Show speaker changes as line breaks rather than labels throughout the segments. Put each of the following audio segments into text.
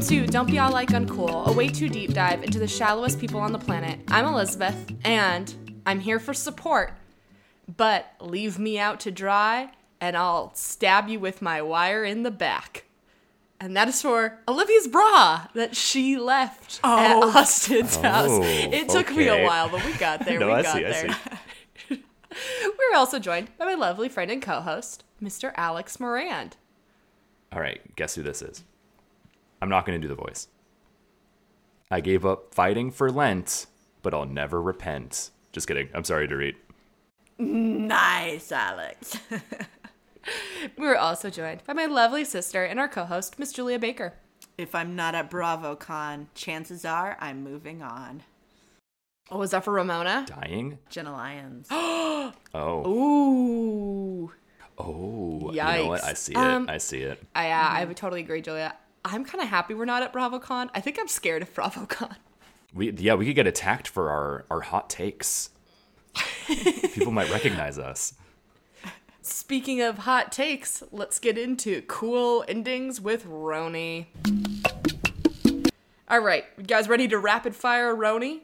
to Don't Be All Like Uncool, a way too deep dive into the shallowest people on the planet. I'm Elizabeth, and I'm here for support. But leave me out to dry, and I'll stab you with my wire in the back. And that is for Olivia's bra that she left at Austin's house.
Oh,
It took me a
okay.
while, but we got there.
No,
we
I
got
see, I
there.
see.
We're also joined by my lovely friend and co-host, Mr. Alex Morand.
All right, guess who this is? I'm not going to do the voice. I gave up fighting for Lent, but I'll never repent. Just kidding. I'm sorry, Dorit.
Nice, Alex.
We're also joined by my lovely sister and our co-host, Miss Julia Baker.
if I'm not at BravoCon, chances are I'm moving on.
Oh, is that for Ramona?
Dying?
Jenna Lyons.
Oh.
Ooh.
Oh. You know what?
Yikes.
I see it.
Um,
I see it.
I, yeah, I would totally agree, Julia. I'm kind of happy we're not at BravoCon. I think I'm scared of BravoCon.
We yeah, we could get attacked for our our hot takes. People might recognize us.
Speaking of hot takes, let's get into cool endings with Roni. All right, you guys ready to rapid fire Roni?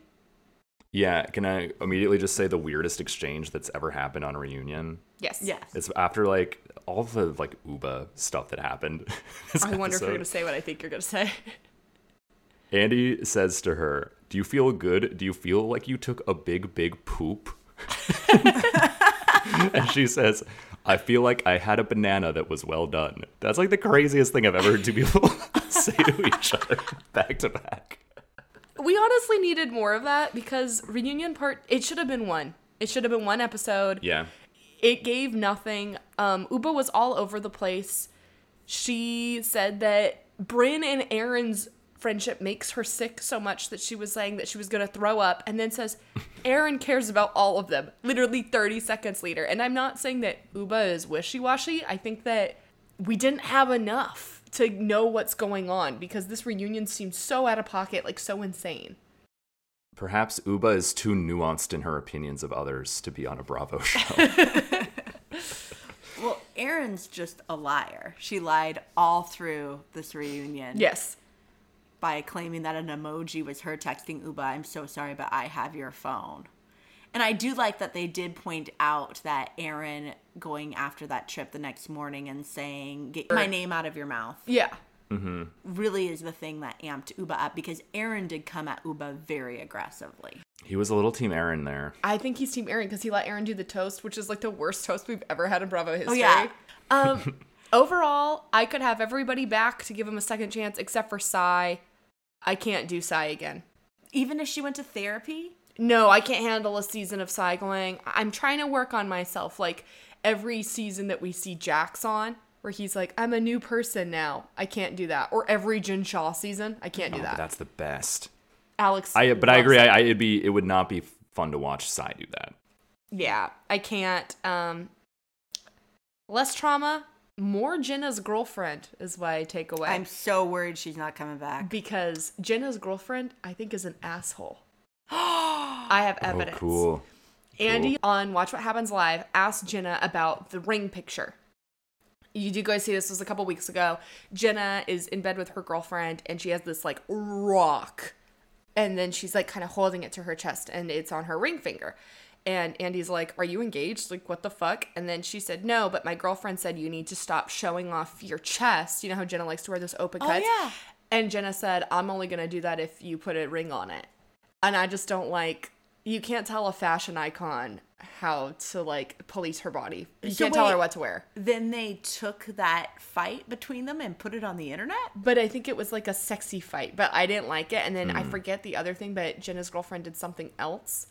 Yeah, can I immediately just say the weirdest exchange that's ever happened on reunion?
Yes.
yes.
It's after like all the like Uba stuff that happened. this
I wonder if you're
episode.
going to say what I think you're going to say.
Andy says to her, "Do you feel good? Do you feel like you took a big, big poop?" and she says, "I feel like I had a banana that was well done." That's like the craziest thing I've ever heard two people say to each other back to back.
we honestly needed more of that because reunion part it should have been one it should have been one episode
Yeah,
it gave nothing um uba was all over the place she said that bryn and aaron's friendship makes her sick so much that she was saying that she was going to throw up and then says aaron cares about all of them literally 30 seconds later and i'm not saying that uba is wishy-washy i think that we didn't have enough to know what's going on because this reunion seemed so out of pocket like so insane
perhaps Uba is too nuanced in her opinions of others to be on a Bravo show.
well, Erin's just a liar. She lied all through this reunion
yes
by claiming that an emoji was her texting Uba, I'm so sorry, but I have your phone. And I do like that they did point out that Erin going after that trip the next morning and saying, Get my name out of your mouth.
yeah
really is the thing that amped Uba up because Aaron did come at Uba very aggressively.
he was a little team Aaron there.
I think he's Team Aaron because he let Aaron do the toast, which is like the worst toast we've ever had in Bravo history.
yeah.
Oh, Um, overall, I could have everybody back to give him a second chance except for Sai. I can't do Sai again.
Even if she went to therapy,
No, I can't handle a season of Sai going. I'm trying to work on myself. Like every season that we see Jax on, where he's like, I'm a new person now. I can't do that. Or every Jin Shaw season, I can't do
Oh,
that.
that's the best.
Alex.
I but I
loves
agree. I, I it'd be it would not be fun to watch Sai do that.
yeah, I can't. Um, less trauma, more Jenna's girlfriend is what I take away.
I'm so worried she's not coming back.
because Jenna's girlfriend, I think, is an asshole. I have evidence.
Oh, cool.
Andy on Watch What Happens Live asked Jenna about the ring picture. You do guys see this was a couple weeks ago. Jenna is in bed with her girlfriend and she has this like rock. And then she's like kind of holding it to her chest and it's on her ring finger. And Andy's like, Are you engaged? Like, what the fuck? And then she said, No, but my girlfriend said you need to stop showing off your chest. You know how Jenna likes to wear those open cuts?
yeah.
And Jenna said, I'm only going to do that if you put a ring on it. And I just don't like, you can't tell a fashion icon how to like police her body. You
So
can't tell her
wait-
what to wear.
Then they took that fight between them and put it on the internet?
But I think it was like a sexy fight, but I didn't like it. And then I forget the other thing, but Jenna's girlfriend did something else.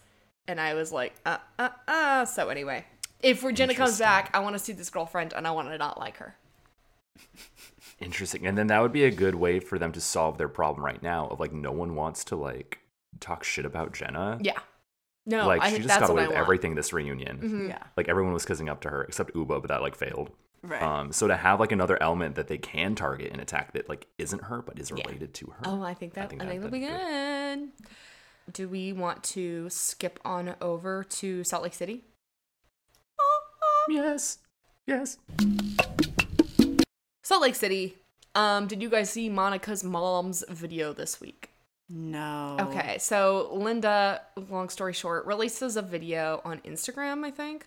And I was like, uh, uh, uh. So anyway, if Jenna comes back, I want to see this girlfriend and I want to not like her.
Interesting. And then that would be a good way for them to solve their problem right now of like no one wants to like talk shit about Jenna.
Yeah. No,
like
I
she
think
just
that's
got
what
away
I
with
want. Mm-hmm.
everything this reunion.
Yeah.
Like everyone was kissing up to her except Uba, but that like failed.
Right.
Um so to have like another element that they can target and attack that like isn't her but is related to her.
Oh, I think that I think,
that-
that'll be
that'd
good. Do we want to skip on over to Salt Lake City?
Yes. Yes.
Salt Lake City Um, did you guys see Monica's mom's video this week?
No.
Okay, so Linda, long story short, releases a video on Instagram, I think,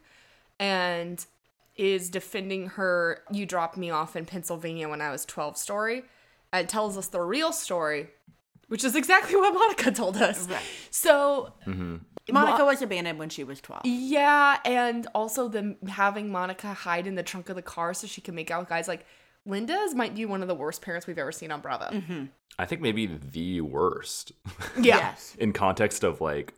and is defending her You Dropped Me Off in Pennsylvania When I Was 12 story and tells us the real story, which is exactly what Monica told us.
Right.
So,
Monica was abandoned when she was 12.
yeah, and also them having Monica hide in the trunk of the car so she can make out with guys like Linda's might be one of the worst parents we've ever seen on Bravo.
Mm-hmm.
I think maybe the worst
Yeah.
Yes.
in context of like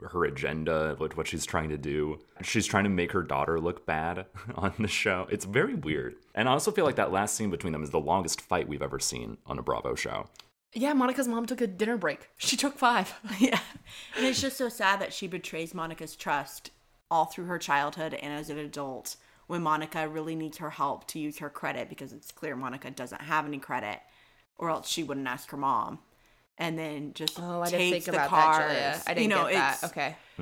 her agenda, what what she's trying to do. She's trying to make her daughter look bad on the show. It's very weird. And I also feel like that last scene between them is the longest fight we've ever seen on a Bravo show.
Yeah, Monica's mom took a dinner break. She took five.
Yeah. And it's just so sad that she betrays Monica's trust all through her childhood and as an adult when Monica really needs her help to use her credit because it's clear Monica doesn't have any credit or else she wouldn't ask her mom. And then just
Oh, I
takes
didn't think
the
about
cars.
that, Julia. I
You
didn't
know,
get that.
it's-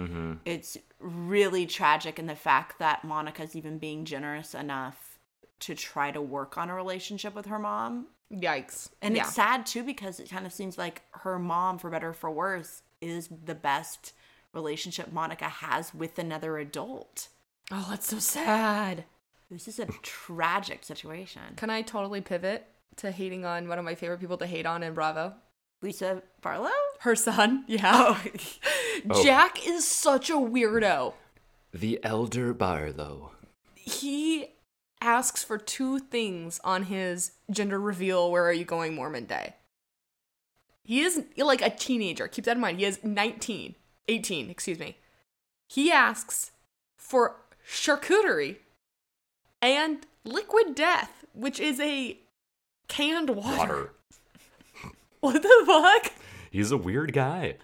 Okay.
it's really tragic and the fact that monica's even being generous enough to try to work on a relationship with her mom
Yikes.
and
yeah.
it's sad too because it kind of seems like her mom for better or for worse is the best relationship monica has with another adult
oh, that's so sad.
this is a tragic situation
Can I totally pivot to hating on one of my favorite people to hate on in Bravo?
lisa barlow
Her son. Yeah.
Oh.
Jack is such a weirdo.
The Elder Barlow.
He asks for two things on his gender reveal where are you going Mormon day. He is like a teenager. Keep that in mind. He is 19, 18, excuse me. He asks for charcuterie and liquid death, which is a canned water.
Water.
What the fuck?
He's a weird guy.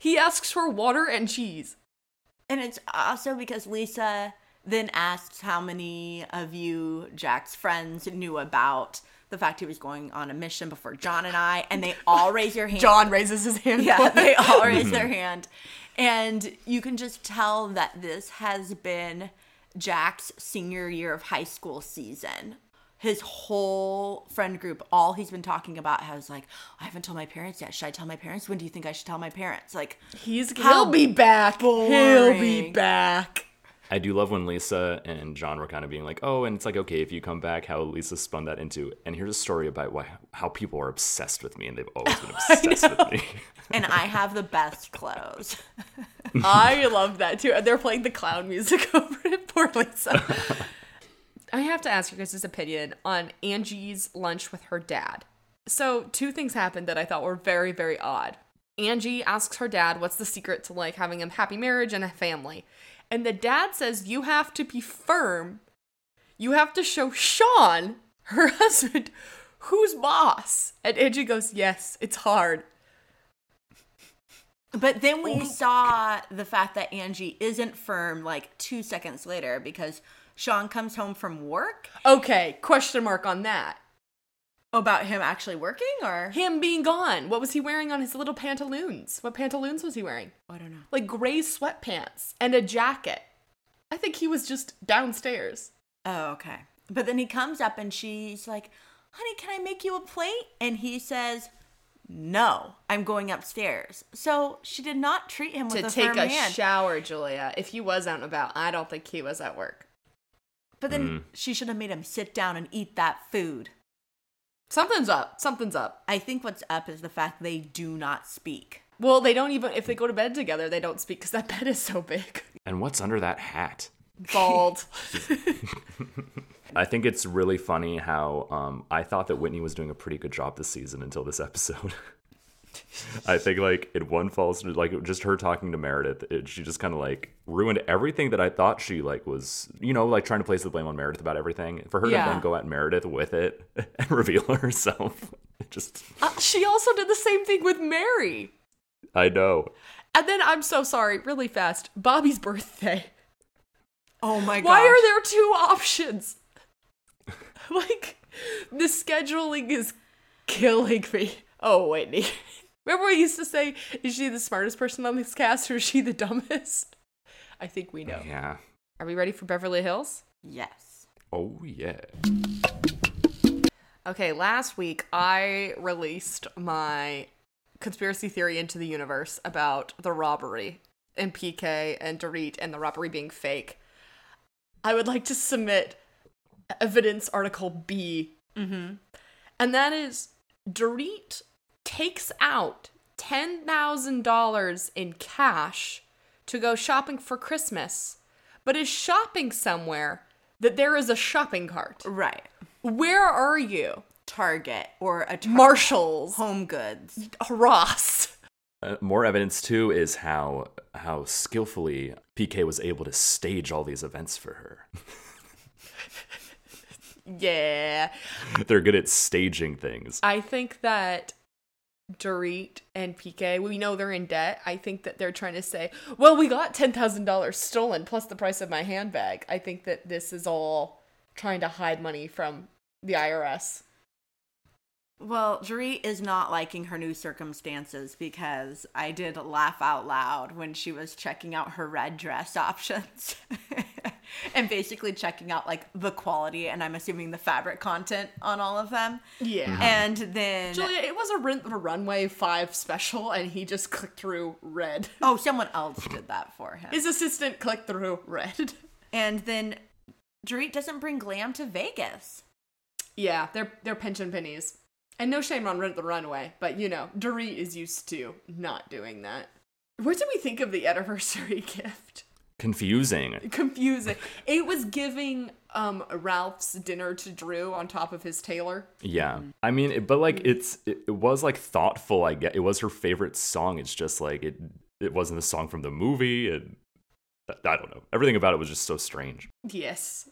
He asks for water and cheese.
and it's also because lisa then asks how many of you jack's friends knew about the fact he was going on a mission before john and i and they all raise their hand
John raises his hand.
Yeah, they all raise their hand. And you can just tell that this has been Jack's senior year of high school season. His whole friend group, all he's been talking about has like, I haven't told my parents yet. Should I tell my parents? When do you think I should tell my parents? Like,
He's
How
he'll be back. He'll be
boring.
back.
I do love when Lisa and John were kind of being like, oh, and it's like, okay, if you come back, how Lisa spun that into, and here's a story about why, how people are obsessed with me, and they've always been obsessed with me.
and I have the best clothes.
I love that too. And they're playing the clown music over it. Poor Lisa. I have to ask your guys' opinion on Angie's lunch with her dad. So, two things happened that I thought were very, very odd. Angie asks her dad what's the secret to like having a happy marriage and a family. And the dad says, You have to be firm. You have to show Sean, her husband, who's boss. And Angie goes, Yes, it's hard.
But then we saw the fact that Angie isn't firm like two seconds later because Sean comes home from work
Okay, question mark on that.
about him actually working or?
him being gone. What was he wearing on his little pantaloons? What pantaloons was he wearing?
I don't know.
Like gray sweatpants and a jacket. I think he was just downstairs.
Oh, okay. But then he comes up and she's like, honey, can I make you a plate? And he says, no, I'm going upstairs. So she did not treat him with
to
a
take
firm
a
hand.
shower, Julia. If he was out and about, I don't think he was at work.
but then she should have made him sit down and eat that food.
Something's up. Something's up.
I think what's up is the fact they do not speak.
Well, they don't even, if they go to bed together, they don't speak because that bed is so big.
and what's under that hat?
Bald.
I think it's really funny how um, I thought that Whitney was doing a pretty good job this season until this episode. I think like in one falls like just her talking to Meredith, it, she just kind of like ruined everything that I thought she like was you know like trying to place the blame on Meredith about everything. For her
Yeah.
to then go at Meredith with it and reveal herself, it just
Uh, she also did the same thing with Mary.
I know
And then I'm so sorry, really fast. Bobby's birthday.
Oh my god.
Why are there two options? like, the scheduling is killing me. Oh, Whitney. Remember we used to say, is she the smartest person on this cast or is she the dumbest? I think we know.
yeah
Are we ready for Beverly Hills?
Yes.
oh yeah
Okay, last week I released my conspiracy theory into the universe about the robbery and PK and Dorit and the robbery being fake. I would like to submit evidence article B.
Mm-hmm.
And that is Dorit takes out $10,000 in cash to go shopping for Christmas, but is shopping somewhere that there is a shopping cart.
Right.
Where are you?
Target or a tar-
Marshalls,
Home Goods.
Ross.
Uh, more evidence too is how how skillfully PK was able to stage all these events for her.
Yeah.
They're good at staging things.
I think that Dorit and PK, we know they're in debt. I think that they're trying to say, well, we got $10,000 stolen plus the price of my handbag. I think that this is all trying to hide money from the IRS.
Well, Jeri is not liking her new circumstances because I did laugh out loud when she was checking out her red dress options and basically checking out like the quality and I'm assuming the fabric content on all of them.
Yeah.
And then
Julia, it was a Rent the Runway 5 special, and he just clicked through red.
oh, someone else did that for him.
His assistant clicked through red.
And then Dorit doesn't bring glam to Vegas.
Yeah, they're they're pinching pennies. And no shame on Rent the Runway, but you know, Dorit is used to not doing that. What did we think of the anniversary gift?
Confusing.
Confusing. It was giving um Ralph's dinner to Drew on top of his tailor.
Yeah. I mean, it, but like it's it, it was like thoughtful. I get it was her favorite song. It's just like it it wasn't the song from the movie, and I- I don't know. Everything about it was just so strange.
Yes.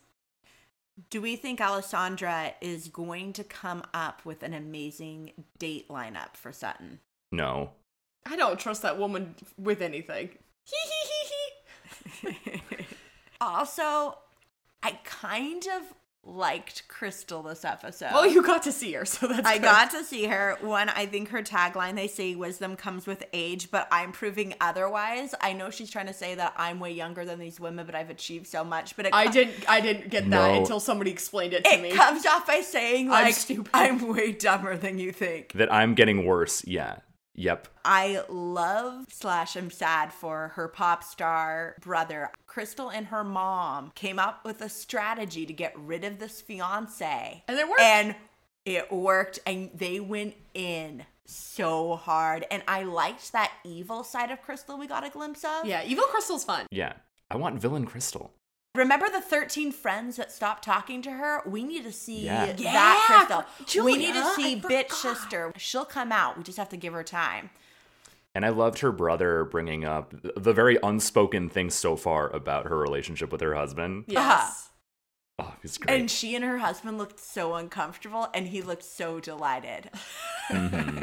Do we think Alessandra is going to come up with an amazing date lineup for Sutton?
No,
I don't trust that woman with anything. Hee hee hee hee.
also, I kind of liked Crystal this episode.
Well, you got to see her, so that's
I
good.
got to see her. One, I think her tagline they say wisdom comes with age, but I'm proving otherwise. I know she's trying to say that I'm way younger than these women, but I've achieved so much. But it
I
co-
didn't I didn't get that
No.
until somebody explained it to me.
It comes off by saying
I'm
like
stupid.
I'm way dumber than you think.
that I'm getting worse. Yeah. Yep.
I love slash I'm sad for her pop star brother. Crystal and her mom came up with a strategy to get rid of this fiance.
And it worked.
And it worked and they went in so hard. And I liked that evil side of Crystal we got a glimpse of.
yeah, Evil Crystal's fun.
Yeah. I want villain crystal.
Remember the 13 friends that stopped talking to her? We need to see
Yeah.
that
Yeah,
crystal. we
Julia,
need to see
I
bitch
forgot.
sister. She'll come out. We just have to give her time.
And I loved her brother bringing up th- the very unspoken things so far about her relationship with her husband.
Uh-huh.
Yes.
Oh, it's great.
And she and her husband looked so uncomfortable, and he looked so delighted.
Mm-hmm.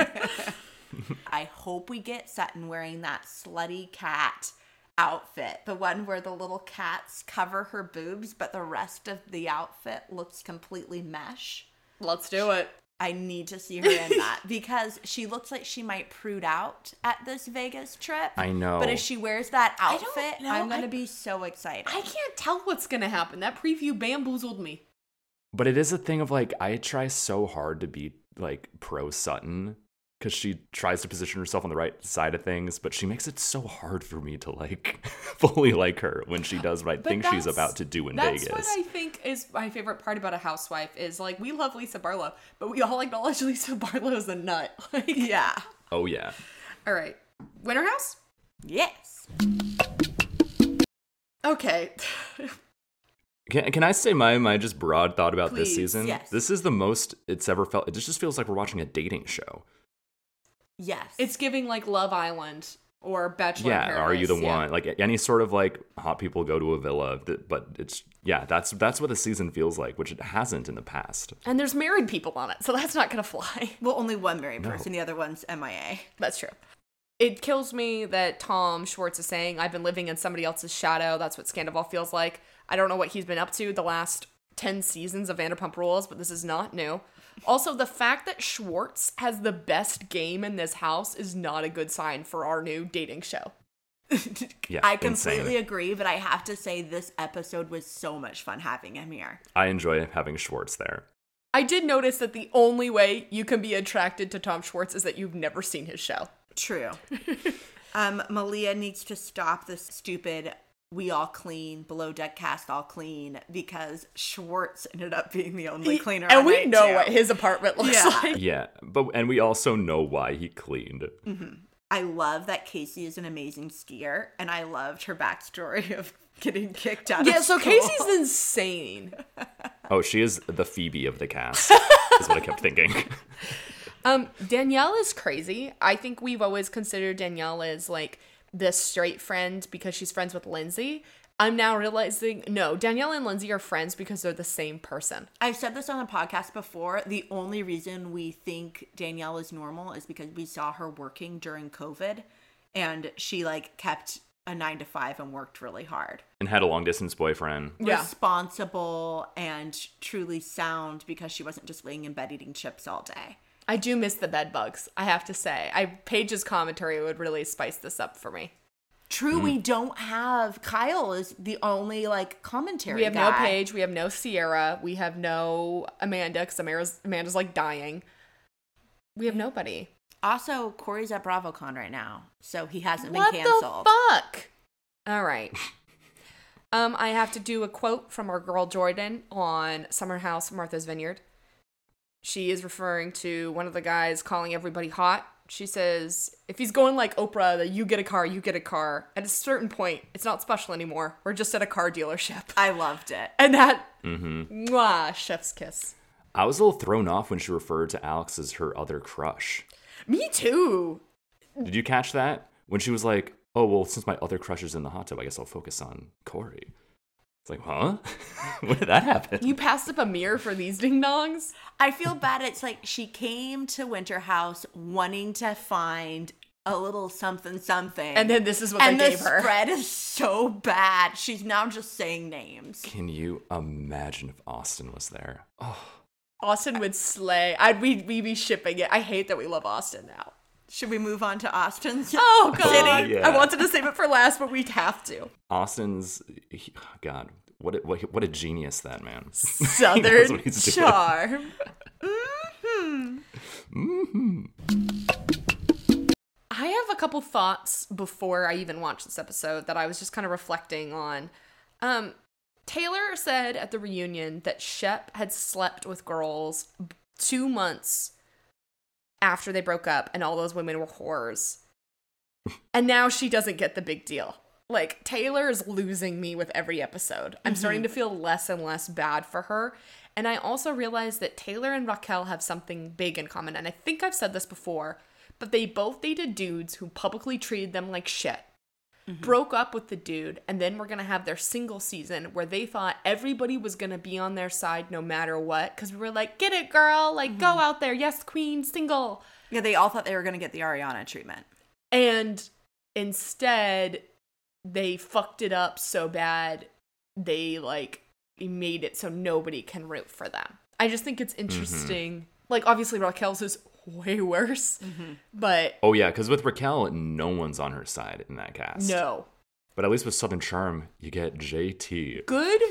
I hope we get Sutton wearing that slutty cat outfit, the one where the little cats cover her boobs, but the rest of the outfit looks completely mesh.
Let's do it.
I need to see her in that because she looks like she might prude out at this Vegas trip.
I know.
But if she wears that
don't
outfit,
know.
I'm going
I-
to be so excited.
I can't tell what's gonna happen. That preview bamboozled me.
but it is a thing of like, I try so hard to be like pro Sutton because she tries to position herself on the right side of things, but she makes it so hard for me to like fully like her when she does what I
But
think she's
that's-
about to do in
that's
Vegas.
what I think is my favorite part about a housewife is like we love Lisa Barlow, but we all acknowledge Lisa Barlow's a nut. Like,
yeah.
Oh, yeah.
All right, Winter House.
Yes.
Okay.
Can, can I say my my just broad thought about this
Please,
season?
yes.
This is the most it's ever felt. It just feels like we're watching a dating show.
Yes.
it's giving like Love Island or Bachelor. in
yeah, are you the
Paradise. Yeah.
one? Like any sort of like hot people go to a villa, th- but it's yeah, that's that's what the season feels like, which it hasn't in the past.
And there's married people on it, so that's not gonna fly.
Well, only one married
No.
person. The other one's MIA.
That's true. It kills me that Tom Schwartz is saying, I've been living in somebody else's shadow. That's what Scandival feels like. I don't know what he's been up to the last 10 seasons of Vanderpump Rules, but this is not new. Also, the fact that Schwartz has the best game in this house is not a good sign for our new dating show.
Yeah,
I
insane.
completely agree, but I have to say this episode was so much fun having him here.
I enjoy having Schwartz there.
I did notice that the only way you can be attracted to Tom Schwartz is that you've never seen his show.
True. um, Malia needs to stop this stupid we all clean, below deck cast all clean, because Schwartz ended up being the only cleaner.
and
on
we
night
know
two.
what his apartment looks
Yeah.
like.
Yeah, but and we also know why he cleaned.
I love that Casey is an amazing skier, and I loved her backstory of getting kicked out
Yeah,
of
so
school.
Casey's insane.
Oh, she is the Phoebe of the cast. is what I kept thinking.
Um, Danielle is crazy. I think we've always considered Danielle as like this straight friend because she's friends with Lindsay. I'm now realizing no, Danielle and Lindsay are friends because they're the same person.
I've said this on the podcast before. The only reason we think Danielle is normal is because we saw her working during COVID and she like kept a nine to five and worked really hard.
and had a long distance boyfriend.
Yeah.
Responsible and truly sound because she wasn't just laying in bed eating chips all day.
I do miss the bed bugs, I have to say. I Paige's commentary would really spice this up for me.
True,
Hmm.
we don't have Kyle is the only like commentary.
We have no
guy.
Paige, we have no Sierra, we have no Amanda because Amanda's, Amanda's like dying. We have nobody.
Also, Corey's at BravoCon right now, so he hasn't
What
been canceled.
the fuck? All right. um, I have to do a quote from our girl Jordan on Summer House Martha's Vineyard. She is referring to one of the guys calling everybody hot. She says, if he's going like Oprah, that you get a car, you get a car. At a certain point, it's not special anymore. We're just at a car dealership.
I loved it.
And that,
Mm-hmm.
mwah, chef's kiss.
I was a little thrown off when she referred to Alex as her other crush.
Me too.
Did you catch that? When she was like, "Oh well, since my other crush is in the hot tub, I guess I'll focus on Corey." It's like, huh? when did that happen?
You passed up a mirror for these ding dongs?
I feel bad. It's like she came to Winter House wanting to find a little something something.
And then this is what
and
they
the
gave her.
spread is so bad. She's now just saying names.
Can you imagine if Austin was there? Oh,
Austin would slay. I'd we we be shipping it. I hate that we love Austin now.
Should we move on to Austin's?
Oh god,
yeah.
I wanted to save it for last, but we'd have to.
Austin's, he- God, what a, what, a- what a genius that man. knows
Southern
what he's doing.
charm.
Mm-hmm.
Mm-hmm. I have a couple thoughts before I even watched this episode that I was just kind of reflecting on. Um, Taylor said at the reunion that Shep had slept with girls two months after they broke up, and all those women were whores. and now she doesn't get the big deal. Like, Taylor is losing me with every episode. I'm starting to feel less and less bad for her. And I also realized that Taylor and Raquel have something big in common. And I think I've said this before, but they both dated dudes who publicly treated them like shit broke up with the dude, and then we're gonna have their single season where they thought everybody was gonna be on their side no matter what. Cause we were like, get it, girl, like go out there, yes, queen, single.
Yeah, they all thought they were going to get the Ariana treatment.
And instead, they fucked it up so bad they like made it so nobody can root for them. I just think it's interesting. Like obviously Raquel's is way worse,
Mm-hmm.
but
Oh yeah, because with Raquel, no one's on her side in that cast.
no.
But at least with Southern Charm, you get JT.
Good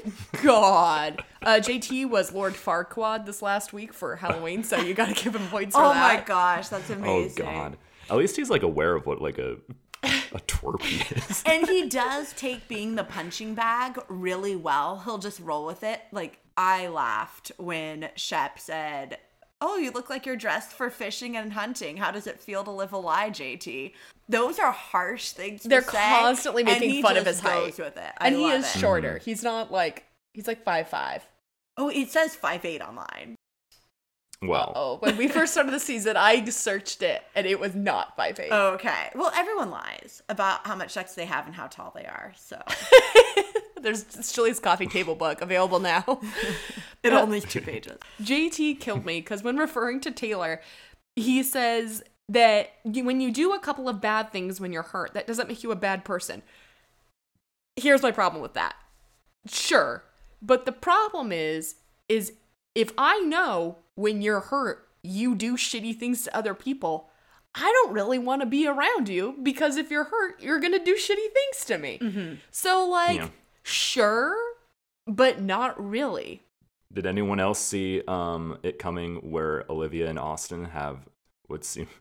God. Uh, JT was Lord Farquaad this last week for Halloween, so you gotta give him points for
Oh
that.
my gosh, that's amazing.
Oh God! At least he's like aware of what like a a twerp he is.
and he does take being the punching bag really well. He'll just roll with it. Like I laughed when Shep said, "Oh, you look like you're dressed for fishing and hunting. How does it feel to live a lie, JT?" Those are harsh things. to
They're
say,
constantly
and
making
he
fun of
just
his height.
goes with it. I
and he
love
is
it.
shorter. He's not like he's like five five.
Oh, it says five eight online.
Well,
Oh, when we first started the season, I searched it and it was not five
Oh,
eight.
Okay. Well, everyone lies about how much sex they have and how tall they are. So
There's it's Julie's coffee table book available now.
it only is two pages.
JT killed me because when referring to Taylor, he says that you, when you do a couple of bad things when you're hurt, that doesn't make you a bad person. Here's my problem with that. Sure, but the problem is is if I know when you're hurt, you do shitty things to other people, I don't really want to be around you because if you're hurt, you're going to do shitty things to me. So like,
Yeah.
sure, but not really.
Did anyone else see um, it coming where Olivia and Austin have what seem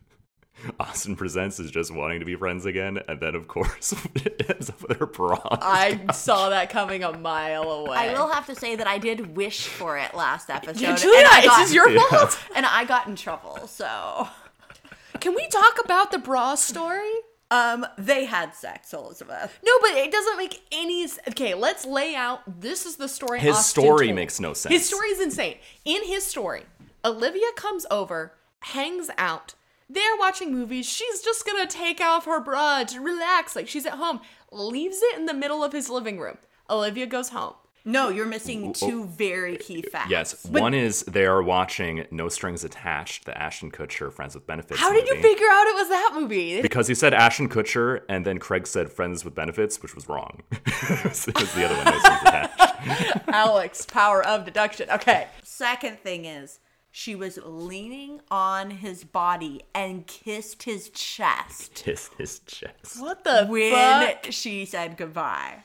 Austin presents is just wanting to be friends again, and then of course it ends up with her bra.
I saw that coming a mile away.
I will have to say that I did wish for it last episode.
Yeah,
and
Julia,
I
it's
got-
just your
Yeah.
fault.
and I got in trouble. So,
Can we talk about the bra story?
um, they had sex, Elizabeth.
No, but it doesn't make any. s- Okay, let's lay out. This is the story.
His
Austin
story
told.
makes no sense.
His story is insane. In his story, Olivia comes over, hangs out. They're watching movies. She's just gonna take off her bra to relax, like she's at home. Leaves it in the middle of his living room. Olivia goes home.
No, you're
Oh,
missing two very key facts.
Yes, one is they are watching No Strings Attached, the Ashton Kutcher Friends with Benefits.
How did you
movie.
figure out it was that movie?
Because he said Ashton Kutcher, and then Craig said Friends with Benefits, which was wrong. Because the other one No Strings Attached.
Alex, power of deduction. Okay.
Second thing is she was leaning on his body and kissed his chest
Kiss his chest.
What the
when
fuck?
she said goodbye.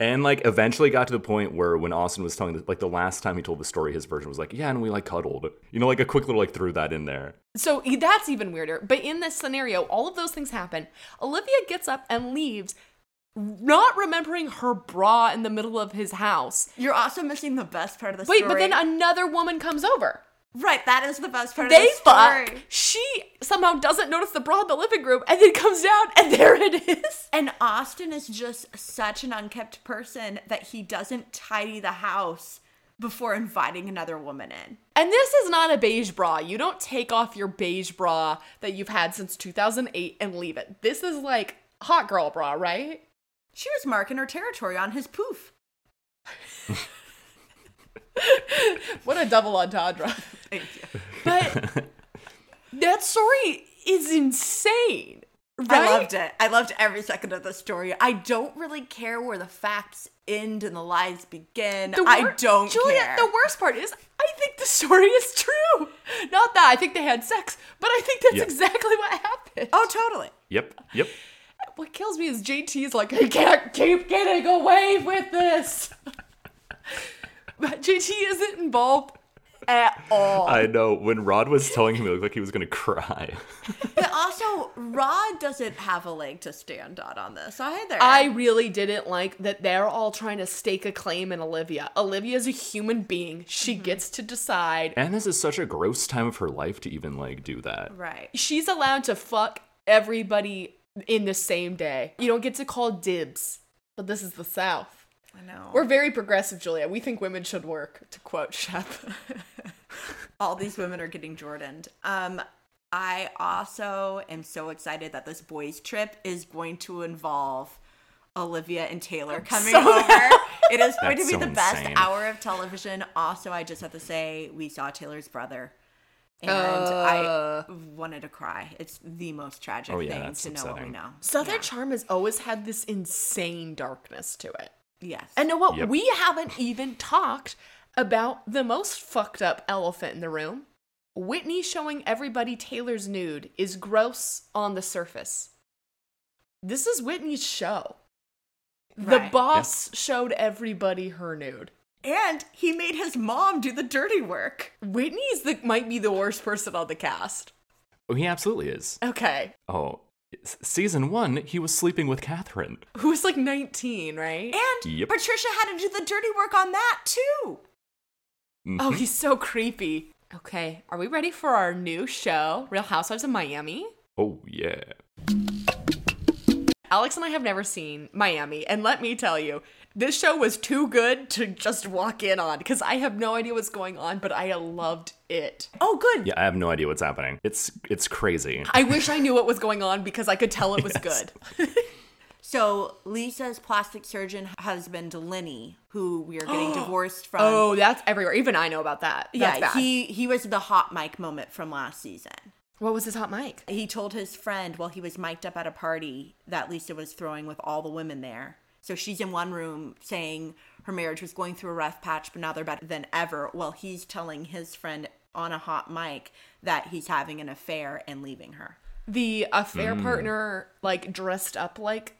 And like eventually got to the point where when Austin was telling the, like the last time he told the story, his version was like, yeah, and we like cuddled. You know, like a quick little like threw that in there.
So e- that's even weirder. But in this scenario, all of those things happen. Olivia gets up and leaves, not remembering her bra in the middle of his house.
You're also missing the best part of the
Wait,
story.
but then another woman comes over.
right, that is the best part
They
of the story.
fuck. She somehow doesn't notice the bra in the living room and then comes down and there it is.
And Austin is just such an unkept person that he doesn't tidy the house before inviting another woman in.
And this is not a beige bra. You don't take off your beige bra that you've had since 2008 and leave it. This is like hot girl bra, right?
She was marking her territory on his poof.
What a double entendre.
Thank you.
But that story is insane. Right?
I loved it. I loved every second of the story. I don't really care where the facts end and the lies begin.
The
I
wor-
don't
Julia,
care.
the worst part is I think the story is true. Not that I think they had sex, but I think that's
Yeah.
exactly what happened.
oh, totally.
Yep, yep.
What kills me is JT's like, I can't keep getting away with this. but JT isn't involved at all.
I know. When Rod was telling him, it looked like he was going to cry.
But also, Rod doesn't have a leg to stand on on this either.
I really didn't like that they're all trying to stake a claim in Olivia. Olivia's a human being. She
Mm-hmm.
gets to decide
And this is such a gross time of her life to even like do that.
right.
she's allowed to fuck everybody in the same day. You don't get to call dibs, but this is the South.
I know.
We're very progressive, Julia. We think women should work, to quote Shep.
all these women are getting Jordaned. Um, I also am so excited that this boys' trip is going to involve Olivia and Taylor coming
so
over. It is going to
That's so
be the best
insane.
hour of television. Also, I just have to say we saw Taylor's brother. And I wanted to cry. It's the most tragic
Oh, yeah,
thing
that's
to know what we
upsetting.
know.
Southern
Yeah.
charm has always had this insane darkness to it.
Yes.
And know what?
Yep.
We haven't even talked about the most fucked up elephant in the room. Whitney showing everybody Taylor's nude is gross on the surface. This is Whitney's show. The
Right.
boss showed everybody her nude.
and he made his mom do the dirty work.
Whitney's the might be the worst person on the cast.
Oh, he absolutely is.
Okay.
Oh, s- season one, he was sleeping with Catherine.
Who's like 19, right?
And
Yep.
Patricia had to do the dirty work on that too.
Oh, he's so creepy. Okay, are we ready for our new show, Real Housewives of Miami?
Oh, yeah.
Alex and I have never seen Miami, and let me tell you, this show was too good to just walk in on because I have no idea what's going on, but I loved it.
Oh, good.
Yeah, I have no idea what's happening. It's it's crazy.
I wish I knew what was going on because I could tell it was good.
So Lisa's plastic surgeon husband Lenny, who we are getting divorced from.
Oh, that's everywhere. Even I know about that. That's
yeah,
bad.
he he was the hot mic moment from last season.
What was his hot mic?
He told his friend while he was mic'd up at a party that Lisa was throwing with all the women there. So she's in one room saying her marriage was going through a rough patch, but now they're better than ever. While he's telling his friend on a hot mic that he's having an affair and leaving her.
The affair
Hmm.
partner, like dressed up like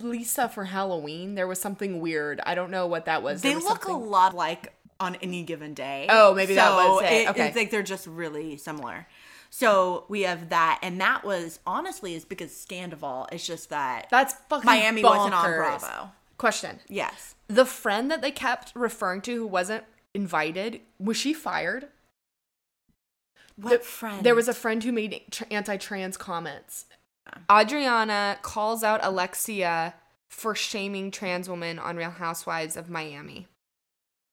Lisa for Halloween. There was something weird. I don't know what that was. There
They
was
look
something-
a lot like on any given day.
Oh, maybe that was it. Okay.
It's like they're just really similar. So we have that, and that was honestly is because Scandival. It's just that
That's fucking
Miami wasn't on
bonkers.
Bravo.
Question.
Yes.
The friend that they kept referring to who wasn't invited, was she fired?
What
The-
friend?
There was a friend who made tr- anti-trans comments. Adriana calls out Alexia for shaming trans women on Real Housewives of Miami.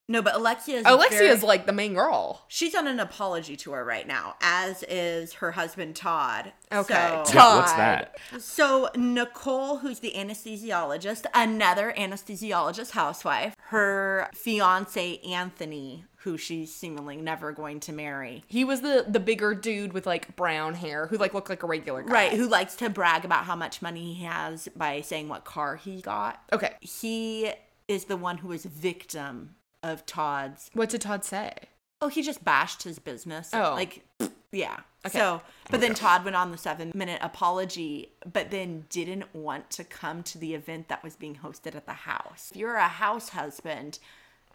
no, but Alexia is
Alexia
very-
is like the main girl.
she's on an apology tour right now, as is her husband Todd.
Okay.
So-
Yeah, what's
Todd.
that?
So Nicole, who's the anesthesiologist, another anesthesiologist housewife, her fiance Anthony, who she's seemingly never going to marry.
He was the the bigger dude with like brown hair who like looked like a regular guy.
Right, who likes to brag about how much money he has by saying what car he got.
Okay.
He is the one who was victim of Todd's.
What did Todd say?
Oh, he just bashed his business.
Oh.
Like yeah.
Okay.
So, but then Todd went on the 7-minute apology, but then didn't want to come to the event that was being hosted at the house. If you're a house husband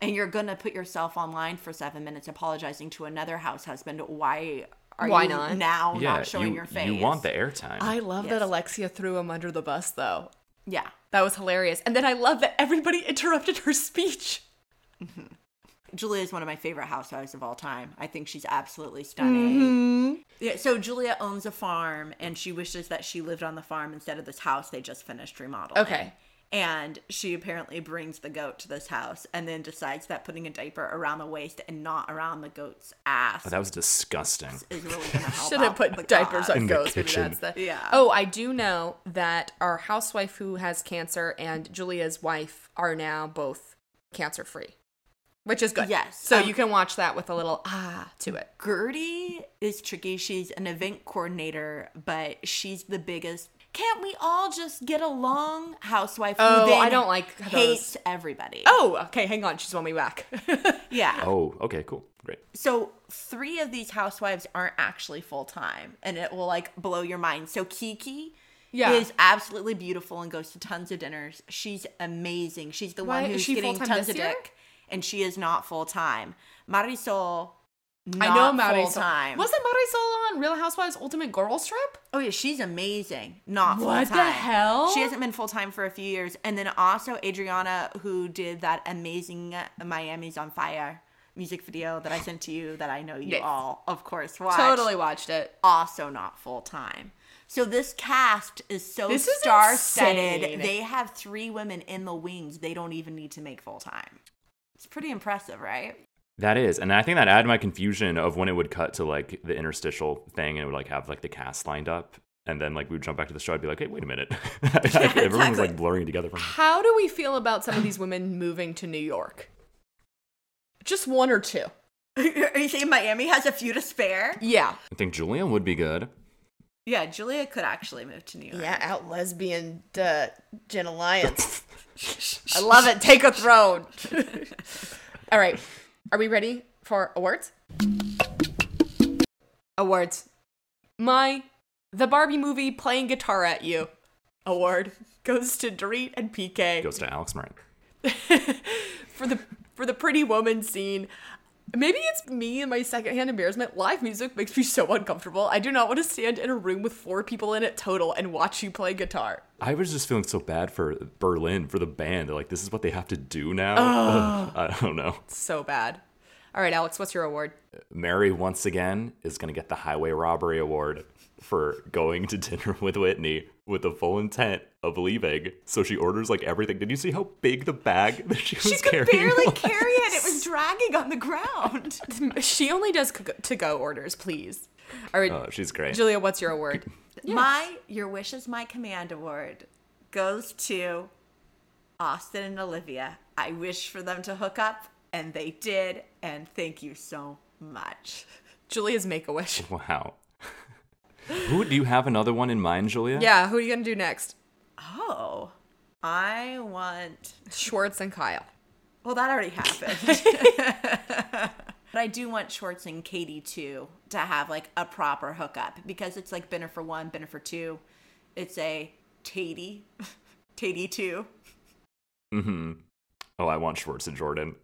and you're going to put yourself online for 7 minutes apologizing to another house husband, why are
Why
you
not?
now
Yeah,
Oh, not showing
you,
your face?
you want the airtime.
I love
Yes.
that Alexia threw him under the bus though.
Yeah.
That was hilarious. And then I love that everybody interrupted her speech.
Julia is one of my favorite housewives of all time. I think she's absolutely stunning.
Mm-hmm.
Yeah, so Julia owns a farm and she wishes that she lived on the farm instead of this house they just finished remodeling.
Okay.
And she apparently brings the goat to this house and then decides that putting a diaper around the waist and not around the goat's ass
Oh, that was disgusting.
is really going to help.
Should have
out the
put diapers
cause.
on
the
ghosts. Maybe
kitchen.
that's the.
Yeah.
Oh, I do know that our housewife who has cancer and Julia's wife are now both cancer free, which is good.
Yes.
So
Um,
you can watch that with a little ah to it.
Gertie is tricky. She's an event coordinator, but she's the biggest. Can't we all just get along? Housewife. who
Oh,
then
I don't like those.
hates everybody.
Oh, okay. Hang on. She's won me back.
yeah.
Oh, okay, cool, great.
so three of these housewives aren't actually full time and it will like blow your mind so kiki
Yeah.
is absolutely beautiful and goes to tons of dinners she's amazing she's the
Why-
one
is
who's
she
getting
full-time
tons
this
of
year?
dick and she is not full time marisol
I know
not
Marisol.
full time
Wasn't Marisol on Real Housewives Ultimate Girl Strip?
oh yeah she's amazing not full
What the
time.
hell?
she hasn't been full time for a few years and then also adriana who did that amazing uh, miami's on fire music video that i sent to you that i know you
Yes.
all of course watched
watched it.
also not full time. So this cast is so
This is
star studded.
insane.
They have three women in the wings. They don't even need to make full time. It's pretty impressive, right?
That is, and I think that added my confusion of when it would cut to like the interstitial thing, and it would like have like the cast lined up, and then like we would jump back to the show. I'd be like, hey, wait a minute, everyone was
exactly.
like blurring together. From
How do we feel about some of these women moving to New York? Just one or two.
Are you saying Miami has a few to spare?
Yeah.
I think Julia would be good.
Yeah, Julia could actually move to New York.
Yeah, out lesbian uh, Jen Alliance. I love it. Take a throne. All right. Are we ready for awards? Awards. My The Barbie movie playing guitar at you award goes to Dorit and PK
Goes to Alex Marin.
for the for the pretty woman scene. Maybe it's me and my secondhand embarrassment. Live music makes me so uncomfortable. I do not want to stand in a room with four people in it total and watch you play guitar.
I was just feeling so bad for Berlin for the band. They're like, this is what they have to do now. Ugh, I don't know.
So bad. All right, Alex, what's your award?
Mary once again is going to get the highway robbery award for going to dinner with Whitney with the full intent of leaving. So she orders like everything. Did you see how big the bag that she was
She could
carrying?
barely
was?
carry it. It was dragging on the ground.
She only does to go orders, please. All right,
Oh, she's great.
Julia, what's your award?
My Your Wish is My Command award goes to Austin and Olivia. I wish for them to hook up, and they did. And thank you so much.
Julia's make a wish.
wow. Who do you have another one in mind, Julia?
Yeah, who are you gonna do next?
Oh, I want.
Schwartz and Kyle.
Well, that already happened. but I do want Schwartz and Katie too to have like a proper hookup because it's like Benner for one, Benner for two. It's a Tatey, Tatey two.
Oh, Mm-hmm. I want Schwartz and Jordan.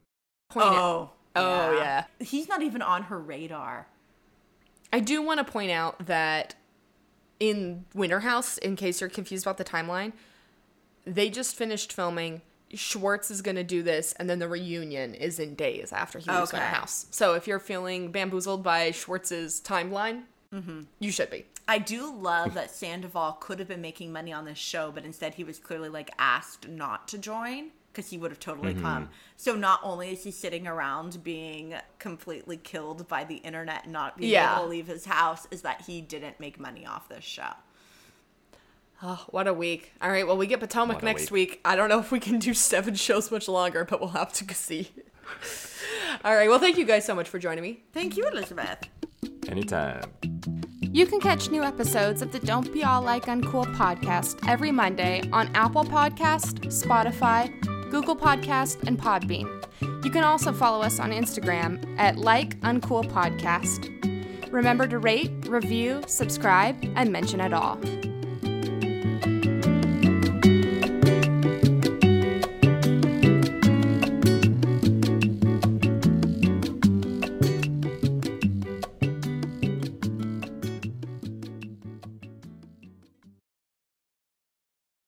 Point it.
oh,
Oh, yeah.
He's not even on her radar.
I do want to point out that in Winter House, in case you're confused about the timeline, they just finished filming. Schwartz is going to do this, and then the reunion is in days after he leaves
Okay.
Winter House. So if you're feeling bamboozled by Schwartz's timeline,
Mm-hmm.
you should be.
I do love that Sandoval could have been making money on this show, but instead he was clearly like asked not to join because he would have totally
Mm-hmm.
come. So not only is he sitting around being completely killed by the internet, and not being
Yeah.
able to leave his house, is that he didn't make money off this show.
Oh, what a week. All right, well, we get Potomac
What a
next week. I don't know if we can do seven shows much longer, but we'll have to see. All right, well, thank you guys so much for joining me.
Thank you, Elizabeth.
Anytime.
You can catch new episodes of the Don't Be All Like Uncool podcast every Monday on Apple Podcast, Spotify, Google Podcast, and Podbean. You can also follow us on Instagram at Like Uncool Podcast. Remember to rate, review, subscribe, and mention it all.